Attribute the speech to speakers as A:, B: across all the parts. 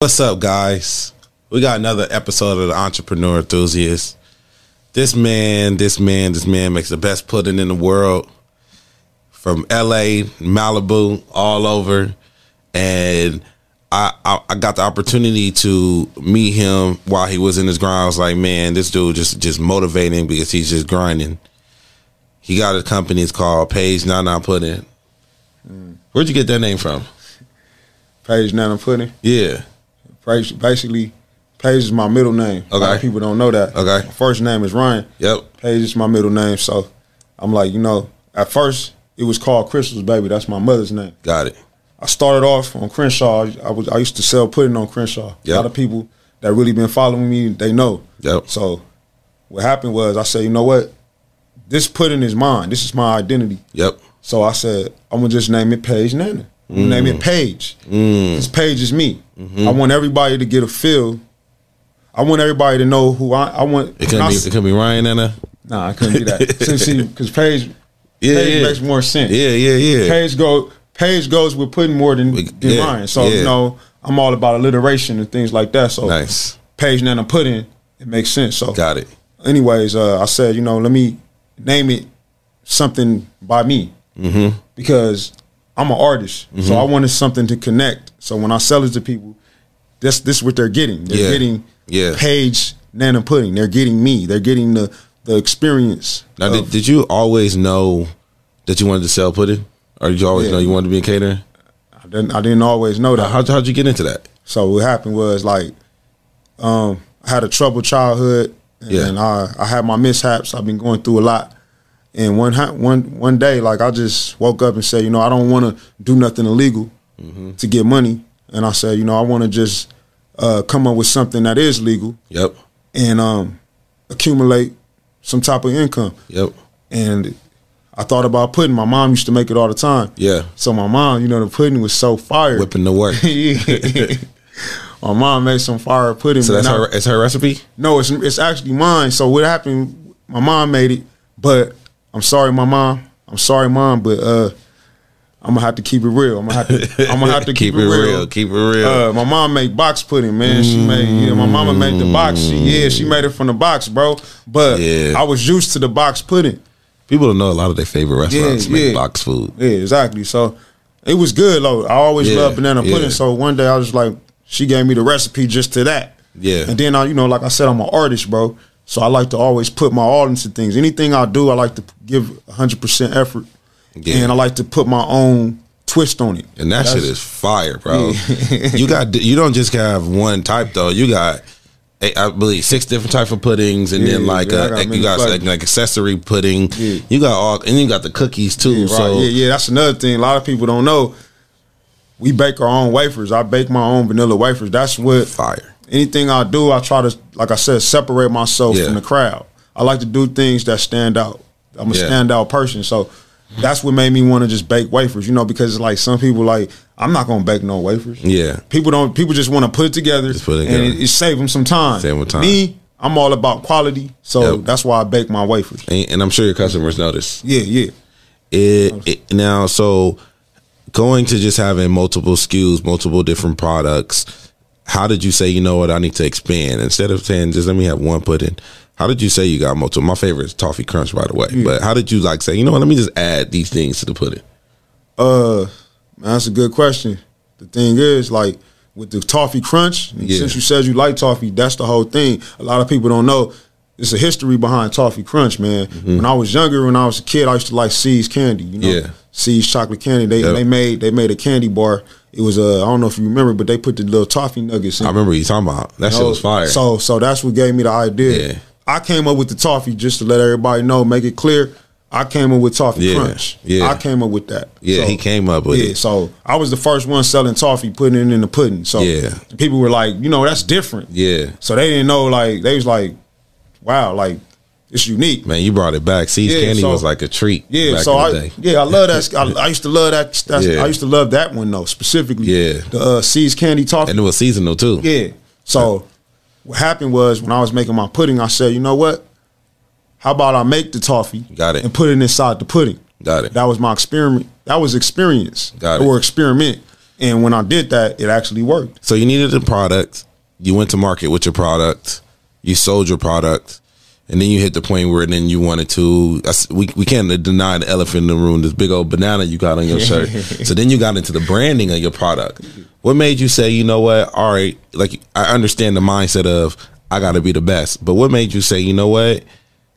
A: What's up, guys? We got another episode of the Entrepreneur Enthusiast. This man, this man, this man makes the best pudding in the world from LA, Malibu, all over. And I, I, I got the opportunity to meet him while he was in his grind. I was like, man, this dude just just motivating because he's just grinding. He got a company, it's called Page Nine Nine Pudding. Where'd you get that name from?
B: Page Nana Pudding.
A: Yeah.
B: Page, basically, Page is my middle name. A lot
A: Okay.
B: of people don't know that.
A: Okay.
B: My first name is Ryan.
A: Yep.
B: Page is my middle name. So I'm like, you know, at first it was called Crystal's Baby. That's my mother's name.
A: Got it.
B: I started off on Crenshaw. I was I used to sell pudding on Crenshaw.
A: Yeah.
B: A lot of people that really been following me, they know.
A: Yep.
B: So what happened was I said, you know what? This pudding is mine. This is my identity.
A: Yep.
B: So I said, I'm gonna just name it Paige Nana. I'm
A: Mm.
B: gonna Name it Paige. This Paige is me.
A: Mm-hmm.
B: I want everybody to get a feel. I want everybody to know who I. I want.
A: It couldn't
B: I,
A: be. It couldn't be Ryan and a.
B: nah, I couldn't do that. Since she, because Paige,
A: Yeah,
B: Paige
A: yeah.
B: makes more sense.
A: Yeah, yeah, yeah.
B: Paige go. Paige goes with putting more than,
A: We-
B: than
A: yeah,
B: Ryan. So
A: yeah.
B: you know, I'm all about alliteration and things like that. So
A: Nice.
B: Paige Nana Pudding, it makes sense. So
A: Got it.
B: anyways, uh, I said, you know, let me name it something by me mm-hmm. because I'm an artist,
A: Mm-hmm.
B: so I wanted something to connect. So when I sell it to people, this this what they're getting. They're
A: Yeah.
B: getting
A: Yeah.
B: Paige Nana Pudding. They're getting me. They're getting the the experience. Uh,
A: Now,
B: of-
A: did, did you always know that you wanted to sell pudding, or did you always
B: Yeah.
A: know you wanted to be a caterer?
B: I, didn't, I didn't always know that.
A: How'd, how'd you get into that?
B: So what happened was like, um, I had a troubled childhood, and
A: Yeah.
B: I I had my mishaps. I've been going through a lot, and one ha- one one day, like I just woke up and said, you know, I don't want to do nothing illegal
A: Mm-hmm.
B: to get money, and I said, you know, I want to just uh, come up with something that is legal
A: Yep.
B: and um, accumulate some type of income.
A: Yep.
B: And I thought about pudding. My mom used to make it all the time.
A: Yeah.
B: So my mom, you know, the pudding was so fire.
A: Whipping the work.
B: Yeah. My mom made some fire pudding.
A: So that's
B: and I-
A: her. It's her recipe.
B: No, it's it's actually mine. So what happened? My mom made it, but I'm sorry, my mom. I'm sorry, mom, but uh, I'm gonna have to keep it real. I'm gonna have to. I'm gonna have to keep, it real.
A: Keep it real.
B: Uh, my mom made box pudding, man. She made yeah. My mama made the box. She, yeah, she made it from the box, bro. But
A: Yeah.
B: I was used to the box pudding.
A: People don't know a lot of their favorite restaurants
B: Yeah,
A: make
B: yeah.
A: box food.
B: Yeah, exactly. So it was good. though. I always
A: Yeah,
B: loved banana
A: yeah.
B: pudding. So one day I was like, she gave me the recipe just to that.
A: Yeah.
B: And then I, you know, like I said, I'm an artist, bro. So I like to always put my all into things. Anything I do, I like to give 100 percent effort,
A: Yeah.
B: and I like to put my own twist on it.
A: And that shit
B: That's-
A: is fire, bro. you got you don't just have one type though. You got eh, I believe six different types of puddings, and then
B: Yeah,
A: like
B: yeah, I
A: uh
B: got
A: eh, you
B: many
A: got like,
B: flavors.
A: like accessory pudding.
B: Yeah.
A: You got all, and you got the cookies too.
B: Yeah, right.
A: So
B: yeah, yeah, that's another thing. A lot of people don't know. We bake our own wafers. I bake my own vanilla wafers. That's what
A: fire.
B: anything I do, I try to, like I said, separate myself
A: Yeah.
B: from the crowd. I like to do things that stand out. I'm a
A: Yeah.
B: standout person, so that's what made me want to just bake wafers. You know, because it's like some people like I'm not gonna bake no wafers.
A: Yeah,
B: People don't. People just want to put it together,
A: Just put it
B: and
A: together.
B: it, it save them some time.
A: Save 'em time.
B: Me, I'm all about quality, so
A: Yep.
B: that's why I bake my wafers.
A: and, and I'm sure your customers notice.
B: Yeah, yeah. Oh,
A: It, it now so going to just having multiple SKUs, multiple different products. How did you say you know what I need to expand instead of saying just let me have one pudding? How did you say you got multiple? My favorite is toffee crunch, by the way.
B: Mm.
A: But how did you like say you know what? Let me just add these things to the pudding.
B: Uh, man, that's a good question. The thing is, like with the toffee crunch, and
A: Yeah.
B: since you said you like toffee, that's the whole thing. A lot of people don't know. It's a history behind toffee crunch, man. When I was younger, when I was a kid, I used to like C's candy. You know,
A: Mm-hmm. Yeah.
B: C's chocolate candy. They
A: Yep.
B: they made they made a candy bar. It was a I don't know if you remember, but they put the little toffee nuggets. in
A: I remember you talking about that shit was fire.
B: so so that's what gave me the idea.
A: Yeah.
B: I came up with the toffee just to let everybody know, make it clear. I came up with toffee
A: Yeah,
B: crunch.
A: yeah.
B: I came up with that.
A: yeah,
B: So-
A: he came up with
B: yeah,
A: it.
B: so I was the first one selling toffee, putting it in the pudding. So
A: Yeah.
B: people were like, you know, that's different.
A: Yeah,
B: So they didn't know, like, they was like, wow, like, it's unique.
A: man, you brought it back. Seeds
B: Yeah,
A: candy
B: so-
A: was like a treat.
B: Yeah,
A: back
B: so
A: in
B: I
A: the day.
B: yeah I love that. I, I used to love that. That's,
A: Yeah.
B: I used to love that one though specifically.
A: Yeah.
B: the uh, seeds candy toffee.
A: and it was seasonal too.
B: Yeah. So what happened was when I was making my pudding, I said, you know what? How about I make the toffee?
A: Got it.
B: And put it inside the pudding.
A: Got it.
B: That was my experiment. That was experience.
A: Got it.
B: Or experiment. And when I did that, it actually worked.
A: So you needed a product. You went to market with your product. You sold your product, and then you hit the point where then you wanted to. I s- We we can't deny the elephant in the room. This big old banana you got on your shirt. so then you got into the branding of your product. What made you say, you know what? All right, like I understand the mindset of I got to be the best, but what made you say, you know what?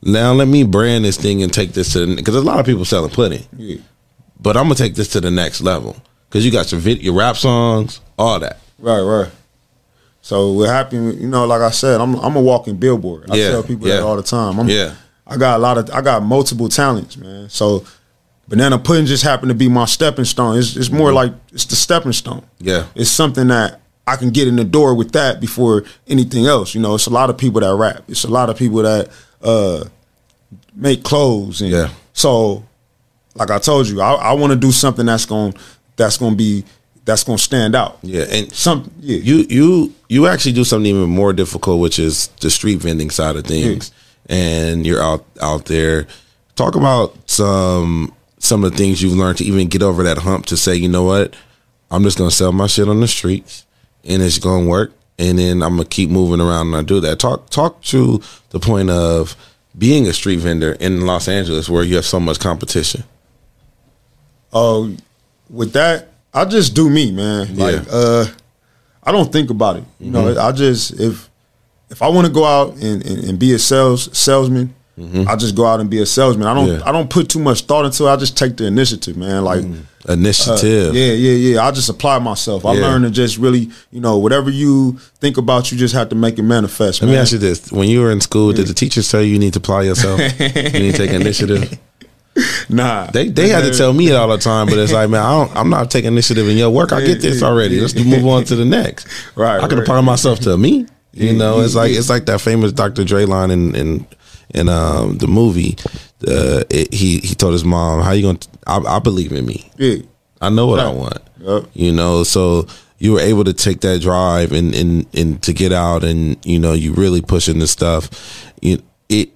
A: Now let me brand this thing and take this to because a lot of people selling pudding but I'm gonna take this to the next level because you got your vid- your rap songs, all that.
B: Right, right. So what happened, you know, like I said, I'm I'm a walking billboard. I
A: Yeah,
B: tell people
A: yeah.
B: that all the time. I'm,
A: Yeah.
B: I got a lot of I got multiple talents, man. So banana pudding just happened to be my stepping stone. It's it's more like it's the stepping stone.
A: Mm-hmm. Yeah.
B: It's something that I can get in the door with that before anything else. You know, it's a lot of people that rap. It's a lot of people that uh make clothes and
A: Yeah.
B: so like I told you, I, I wanna do something that's gonna that's gonna be that's gonna stand out.
A: Yeah, and
B: Some yeah.
A: you you you actually do something even more difficult, which is the street vending side of things,
B: Hmm.
A: and you're out out there. Talk about some some of the things you've learned to even get over that hump to say, you know what, I'm just gonna sell my shit on the streets, and it's gonna work, and then I'm gonna keep moving around and I do that. Talk talk to the point of being a street vendor in Los Angeles where you have so much competition.
B: Oh, with that, I just do me, man. Like,
A: Yeah. Mm-hmm.
B: uh, I don't think about it. You know, I just if if I want to go out and, and, and be a sales salesman, I just go out and be a salesman. I don't
A: Mm-hmm. Yeah. Mm.
B: I don't put too much thought into it. I just take the initiative, man. Like. uh,
A: Initiative.
B: yeah, yeah, yeah. I just apply myself. I
A: Yeah.
B: learned to just really, you know, whatever you think about, you just have to make it manifest.
A: Let me
B: man.
A: ask you this: When you were in school, did the teachers tell you you need to apply yourself? you need to take initiative.
B: Nah,
A: They they had to tell me it all the time, but it's like, man, I don't, I'm not taking initiative in your work. I get this already. Let's move on to the next.
B: Right,
A: I can
B: right.
A: apply myself to me. You know, it's like it's like that famous Dr. Dre line in in, in um, the movie. Uh, it, he he told his mom, "How you gonna? I, I believe in me.
B: Yeah,
A: I know what I
B: Right.
A: want.
B: Yep.
A: You know, so you were able to take that drive and and and to get out and you know you really pushing this stuff. You, it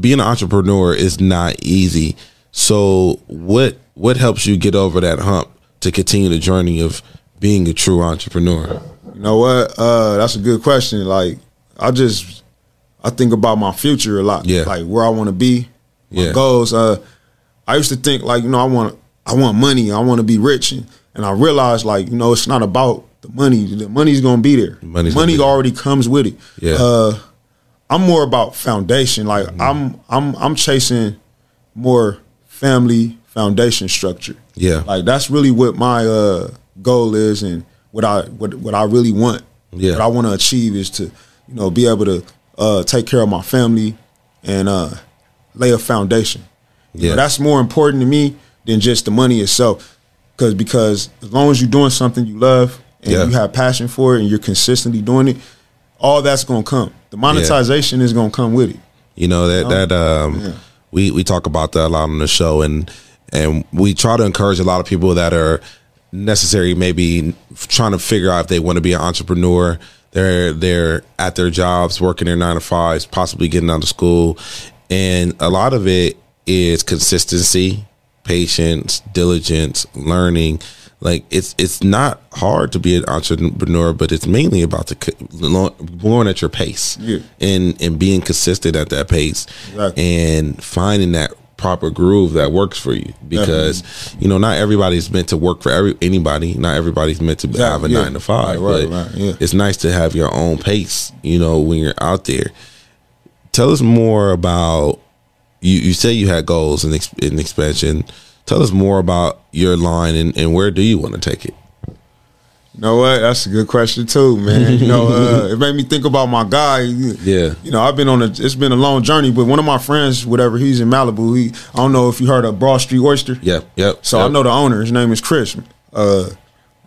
A: being an entrepreneur is not easy. So what what helps you get over that hump to continue the journey of being a true entrepreneur?
B: You know what? Uh, that's a good question. Like, I just I think about my future a lot.
A: Yeah.
B: Like where I want to be, my
A: Yeah.
B: goals. Uh, I used to think like you know I want I want money. I want to be rich, and, and I realized like you know it's not about the money. The money's gonna be there.
A: Money's gonna
B: money
A: be there.
B: already comes with it.
A: Yeah. Mm-hmm.
B: Uh, I'm more about foundation. Like I'm I'm I'm chasing more family foundation structure.
A: Yeah.
B: Like that's really what my uh goal is and what I what what I really want.
A: Yeah.
B: What I want to achieve is to, you know, be able to uh take care of my family and uh lay a foundation. You know,
A: Yeah.
B: that's more important to me than just the money itself. Cause because as long as you're doing something you love and
A: Yeah.
B: you have passion for it and you're consistently doing it, all that's gonna come. The monetization is gonna come with it.
A: You know that that um, we we talk about that a lot on the show, and and we try to encourage a lot of people that are necessary, maybe trying to figure out if they want to be an entrepreneur. They're they're at their jobs, working their nine to fives, possibly getting out of school, and a lot of it is consistency, patience, diligence, learning. Like it's it's not hard to be an entrepreneur, but it's mainly about the co- lo- going at your pace
B: Yeah.
A: and and being consistent at that pace
B: Exactly.
A: and finding that proper groove that works for you because you know not everybody's meant to work for every anybody not everybody's meant to have a
B: yeah.
A: nine to five
B: Right, right,
A: but
B: right, yeah.
A: it's nice to have your own pace you know when you're out there tell us more about you you say you had goals in, ex- in expansion tell us more about your line and, and where do you want to take it
B: You know what? That's a good question too, man. You know, uh, it made me think about my guy.
A: Yeah.
B: You know, I've been on a. It's been a long journey, but one of my friends, whatever, he's in Malibu. He, I don't know if you heard of Broad Street Oyster.
A: yep yep
B: So
A: yep.
B: I know the owner. His name is Chris. Uh,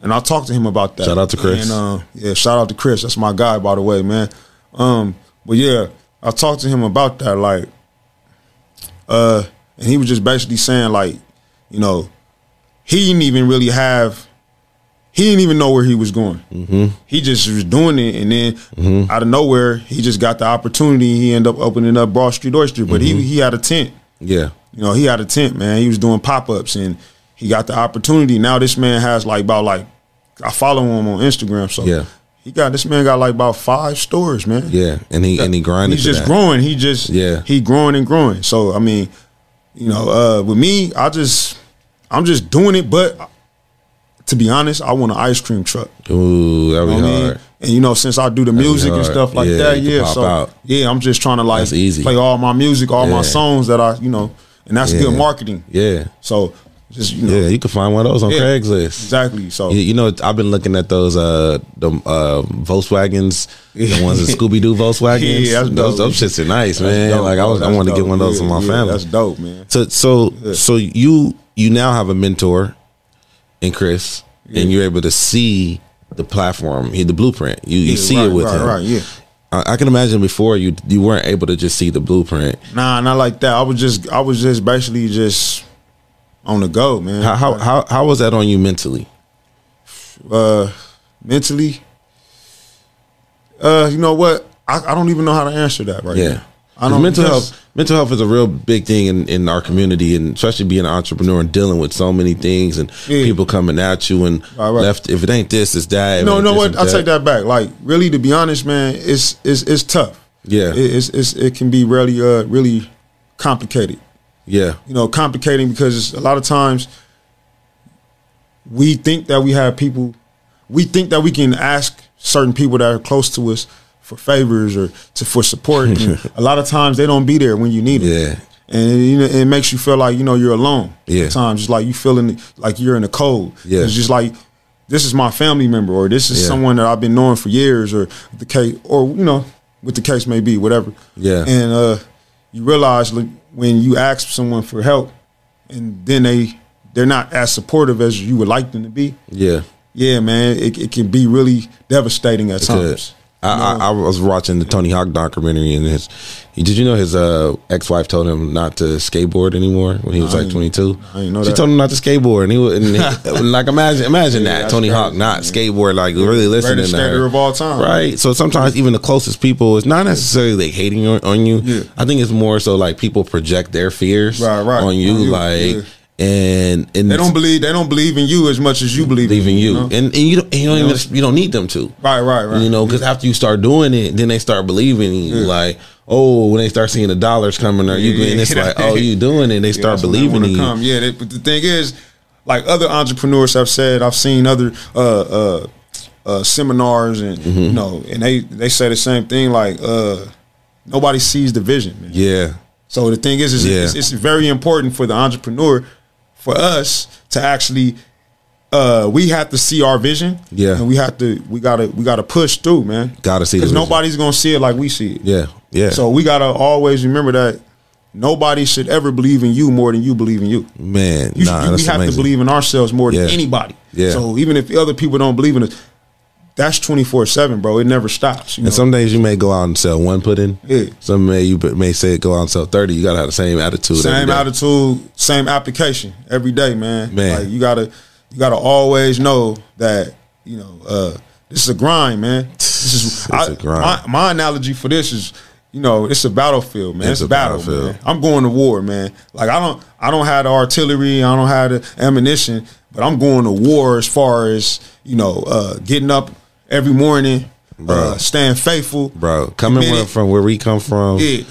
B: and I talked to him about that.
A: Shout out to Chris.
B: And, uh, yeah, shout out to Chris. That's my guy, by the way, man. Um, but yeah, I talked to him about that. Like, uh, and he was just basically saying, like, you know, he didn't even really have. He didn't even know where he was going. Mm-hmm. He just was doing it, and then
A: Mm-hmm.
B: out of nowhere, he just got the opportunity. He ended up opening up Broad Street Oyster, but
A: Mm-hmm.
B: he he had a tent.
A: yeah
B: You know, he had a tent, man. He was doing pop ups and he got the opportunity. Now this man has like about like I follow him on Instagram. So
A: Yeah.
B: he got this man got like about five stores, man.
A: Yeah, and he and he grinded.
B: He's
A: to
B: just
A: that.
B: growing. He just
A: Yeah.
B: He growing and growing. So I mean, you know, uh, with me, I just I'm just doing it. But to be honest, I want an ice cream truck.
A: Ooh, that be
B: You know what I mean?
A: hard.
B: And you know, since I do the music and
A: hard.
B: stuff like
A: Yeah,
B: that,
A: you can
B: yeah.
A: pop
B: So
A: out.
B: yeah, I'm just trying to like
A: That's easy.
B: play all my music, all
A: Yeah.
B: my songs that I you know, and that's good
A: Yeah.
B: marketing.
A: Yeah,
B: So just you know,
A: yeah, you can find one of those on
B: Yeah.
A: Craigslist.
B: exactly. So
A: You, you know, I've been looking at those uh the uh, Volkswagens, the ones that Scooby Doo Volkswagens.
B: Yeah, that's
A: those,
B: dope.
A: those shits are nice,
B: that's
A: man.
B: dope,
A: like I
B: bro.
A: was, I
B: That's
A: wanted to get
B: dope.
A: one of those
B: Yeah,
A: for my
B: yeah,
A: family.
B: That's dope, man.
A: So so so you you now have a mentor in Chris, and you're able to see the platform, the blueprint. You you
B: Yeah,
A: see
B: right,
A: it with
B: right,
A: him.
B: right, yeah.
A: I, I can imagine before you you weren't able to just see the blueprint.
B: Nah, not like that. I was just I was just basically just on the go, man.
A: How how how, how was that on you mentally?
B: uh, mentally. Uh, you know what? I, I don't even know how to answer that right
A: Yeah.
B: now. I don't
A: mental
B: just-
A: health mental health is a real big thing in, in our community and especially being an entrepreneur and dealing with so many things and
B: Yeah.
A: people coming at you and
B: Right, right.
A: left if it ain't this it's that If it
B: No,
A: ain't
B: no,
A: this,
B: what?
A: it's
B: I take that back. Like, really, to be honest, man, it's it's it's tough.
A: Yeah.
B: it, it's, it's it can be really uh really complicated.
A: yeah
B: You know, complicating because a lot of times we think that we have people, we think that we can ask certain people that are close to us for favors or to for support. And a lot of times they don't be there when you need it.
A: yeah
B: and you know it makes you feel like you know you're alone.
A: Yeah.
B: Sometimes it's like you feeling like you're in the cold.
A: Yeah.
B: It's just like this is my family member or this is
A: Yeah.
B: someone that I've been knowing for years or the case or you know what the case may be, whatever.
A: Yeah.
B: And uh, you realize like, when you ask someone for help, and then they they're not as supportive as you would like them to be.
A: yeah
B: Yeah, man, it, it can be really devastating at
A: Good.
B: times.
A: I, I, I was watching the Tony Hawk documentary and his. Did you know his uh, ex wife told him not to skateboard anymore when he was like
B: ain't-
A: twenty two?
B: I ain't know
A: She
B: that.
A: told him not to skateboard, and he was and he- like imagine imagine
B: Yeah,
A: that
B: that's
A: Tony
B: crazy,
A: Hawk not
B: man.
A: skateboard like really listening
B: Greatest
A: to her.
B: skater of all time.
A: right? So sometimes even the closest people it's not necessarily like hating on, on you.
B: Yeah.
A: I think it's more so like people project their fears
B: Right, right.
A: on you,
B: On you,
A: like
B: yeah.
A: and and
B: They don't believe they don't believe in you as much as you believe
A: believe in you,
B: know?
A: and, and you don't, and you don't even you don't need them to.
B: Right, right, right.
A: You know, because after you start doing it, then they start believing you. Like, oh, when they start seeing the dollars coming, or you
B: Yeah,
A: and it's
B: yeah.
A: like, oh, you doing it. They start
B: that's when they
A: believing
B: wanna
A: in you.
B: come. Yeah, they, but the thing is, like other entrepreneurs have said, I've seen other uh, uh, uh, seminars and
A: Mm-hmm.
B: you know, and they they say the same thing. Like uh, nobody sees the vision. Man.
A: Yeah,
B: So the thing is, is
A: Yeah.
B: it's, it's very important for the entrepreneur, for us to actually, uh, we have to see our vision.
A: Yeah.
B: and we have to we gotta we gotta push through, man.
A: Gotta see the
B: because
A: vision.
B: nobody's gonna see it like we see it.
A: yeah, yeah.
B: So we gotta always remember that nobody should ever believe in you more than you believe in you.
A: man,
B: You,
A: nah,
B: you-
A: that's
B: we have
A: amazing.
B: to believe in ourselves more
A: Yeah.
B: than anybody.
A: Yeah.
B: So even if other people don't believe in us, that's twenty four seven, bro. It never stops. You know?
A: and some days you may go out and sell one pudding.
B: Yeah.
A: Some may you may say go out and sell thirty. You gotta have the same attitude. every
B: same
A: day.
B: attitude, same application every day, man.
A: Man.
B: Like you gotta you gotta always know that, you know, uh this is a grind, man. This
A: It's
B: is I-
A: a grind.
B: My, my analogy for this is, you know, it's a battlefield, man.
A: It's
B: It's,
A: a
B: a battle,
A: battlefield.
B: man. I'm going to war, man. Like I don't I don't have the artillery, I don't have the ammunition, but I'm going to war as far as, you know, uh getting up every morning,
A: Bro.
B: uh staying faithful.
A: bro. Coming
B: committed.
A: from where we come from,
B: Yeah,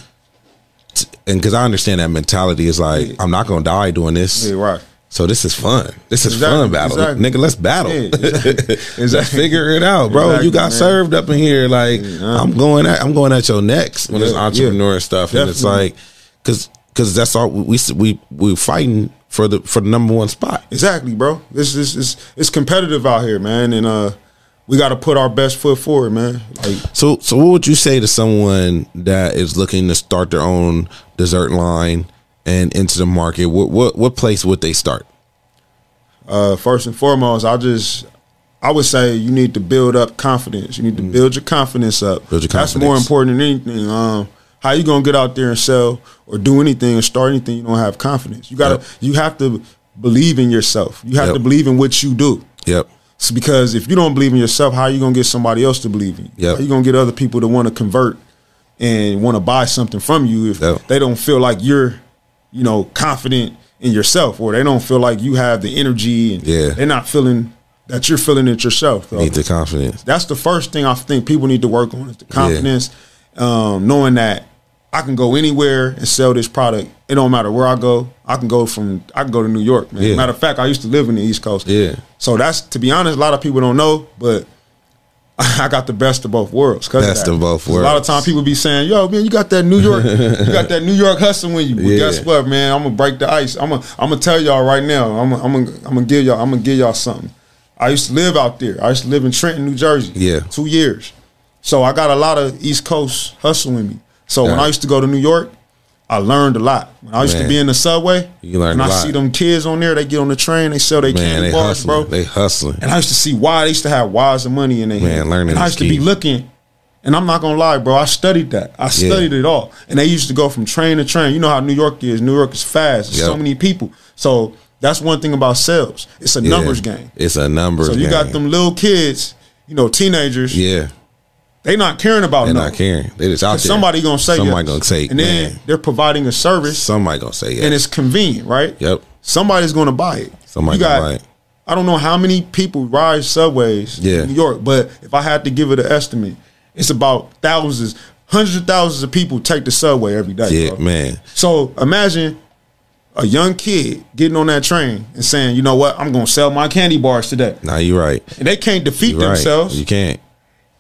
A: and because I understand that mentality is like, I'm not gonna die doing this.
B: yeah, right.
A: So this is fun. This is
B: Exactly,
A: fun battle,
B: exactly.
A: nigga. Let's battle.
B: Yeah, exactly.
A: Let's
B: Exactly.
A: figure it out, bro.
B: Exactly,
A: you got
B: man.
A: served up in here. Like I'm going. At, I'm going at your necks when it's
B: Yeah, yeah.
A: entrepreneur stuff, and it's
B: Definitely.
A: like, cause, cause that's all we we we fighting for the for the number one spot.
B: Exactly, bro. This is it's it's competitive out here, man, and uh we got to put our best foot forward, man. Like
A: So, so what would you say to someone that is looking to start their own dessert line and into the market? What what what place would they start?
B: uh first and foremost, I just I would say you need to build up confidence. You need to build your confidence up.
A: Mm. Build your
B: That's more
A: confidence.
B: important than anything. Um how you going to get out there and sell or do anything or start anything you don't have confidence. You got to
A: Yep.
B: you have to believe in yourself. You have
A: Yep.
B: to believe in what you do.
A: Yep.
B: It's because if you don't believe in yourself, how are you gonna get somebody else to believe in you?
A: Yeah.
B: How you gonna get other people to want to convert and want to buy something from you if
A: Yeah.
B: they don't feel like you're, you know, confident in yourself, or they don't feel like you have the energy, and
A: Yeah.
B: they're not feeling that you're feeling it yourself. Though.
A: Need the confidence.
B: That's the first thing I think people need to work on is the confidence, um, knowing that I can go anywhere and sell this product. It don't matter where I go. I can go from I can go to New York. Man.
A: Yeah.
B: Matter of fact, I used to live in the East Coast.
A: Yeah.
B: So that's to be honest, a lot of people don't know, but I got the best of both worlds. 'cause
A: Best
B: that.
A: of both
B: 'Cause A lot of
A: worlds.
B: time people be saying, "Yo, man, you got that New York, you got that New York hustle when you." Well,
A: Yeah.
B: Guess what, man? I'm gonna break the ice. I'm gonna I'm gonna tell y'all right now. I'm gonna I'm gonna I'm gonna give y'all I'm gonna give y'all something. I used to live out there. I used to live in Trenton, New Jersey.
A: Yeah.
B: two years. So I got a lot of East Coast hustle in me. So when
A: Right.
B: I used to go to New York, I learned a lot. When I used
A: Man.
B: to be in the subway,
A: You learned
B: and
A: a
B: I
A: lot.
B: see them kids on there. They get on the train. They sell their
A: Man,
B: candy
A: they
B: bars,
A: hustling.
B: bro.
A: They hustling.
B: And I used to see why they used to have wise and money in their
A: Man,
B: hand.
A: learning
B: and I
A: is
B: used to be
A: key.
B: looking, and I'm not gonna lie, bro. I studied that. I studied it all. And they used to go from train to train. You know how New York is. New York is fast. There's So
A: Yep.
B: many people. So that's one thing about sales. It's a
A: Yeah.
B: numbers game.
A: It's a numbers
B: So
A: game.
B: you got them little kids, you know, teenagers.
A: Yeah.
B: They not caring about
A: They're
B: nothing.
A: not caring. They just out there.
B: Oh, Somebody gonna say
A: Somebody
B: yes.
A: gonna say,
B: and then
A: man.
B: they're providing a service
A: Somebody gonna say yes.
B: and it's convenient, right?
A: Yep.
B: Somebody's going to buy it.
A: Somebody
B: You got-
A: gonna buy it.
B: I don't know how many people ride subways
A: Yeah.
B: in New York, but if I had to give it an estimate, it's about thousands, hundreds of thousands of people take the subway every day.
A: Yeah,
B: bro.
A: man.
B: So imagine a young kid getting on that train and saying, "You know what? I'm going to sell my candy bars today,"
A: Now you're right.
B: and they can't defeat
A: You're
B: themselves.
A: right. You can't.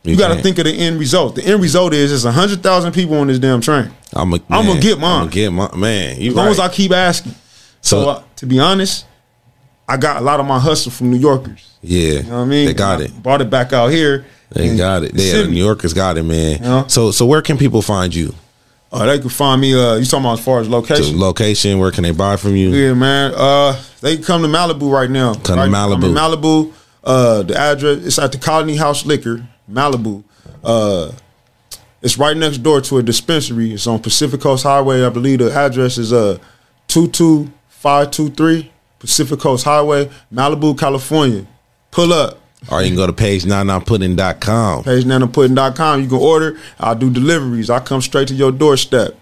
B: You got to
A: can't.
B: think of the end result. The end result is it's hundred thousand people on this damn train.
A: I'm a,
B: I'ma
A: man,
B: get mine.
A: I'ma get mine. Man, you
B: As long
A: right.
B: as I keep asking. So,
A: So-
B: uh, to be honest, I got a lot of my hustle from New Yorkers.
A: yeah.
B: You know what I mean? Mm.
A: They got
B: And
A: it.
B: I brought it back out here.
A: They
B: and
A: got it. Yeah,
B: sent
A: the
B: me.
A: New Yorkers got it, man.
B: Yeah.
A: So, so where can people find you?
B: Uh, they can find me. Uh, you talking about as far as
A: The
B: location?
A: location. Where can they buy from you?
B: Yeah, man. Uh, they can come to Malibu right now.
A: Come to
B: right, I'm in
A: Malibu.
B: Malibu. Uh, the address it's at the Colony House Liquor, Malibu. Uh, it's right next door to a dispensary. It's on Pacific Coast Highway. I believe the address is uh two two five two three Pacific Coast Highway, Malibu, California. Pull up.
A: Or you can go to page 99pudding.com.
B: PageNanoPudding.com. You can order. I do deliveries. I come straight to your doorstep.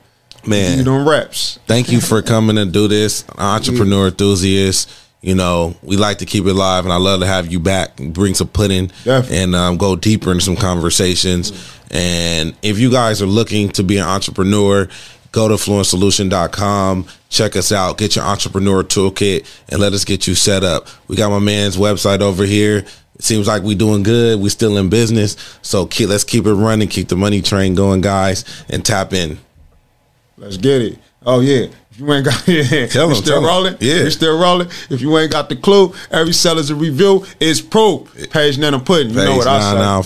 A: Man.
B: You them reps.
A: thank you for coming and do this entrepreneur enthusiast you know we like to keep it live and i love to have you back bring some pudding
B: Definitely.
A: and um, go deeper into some conversations and if you guys are looking to be an entrepreneur go to fluentsolution.com check us out get your entrepreneur toolkit and let us get you set up we got my man's website over here it seems like we doing good we still in business so keep, let's keep it running keep the money train going guys and tap in
B: Let's get it. Oh yeah. If you ain't got yeah,
A: Tell
B: you
A: 'em,
B: still
A: tell 'em.
B: rolling.
A: Yeah.
B: you still rolling. If you ain't got the clue, every seller's a review is proof. Page Nana Pudding. You know
A: Page
B: what I say.
A: 99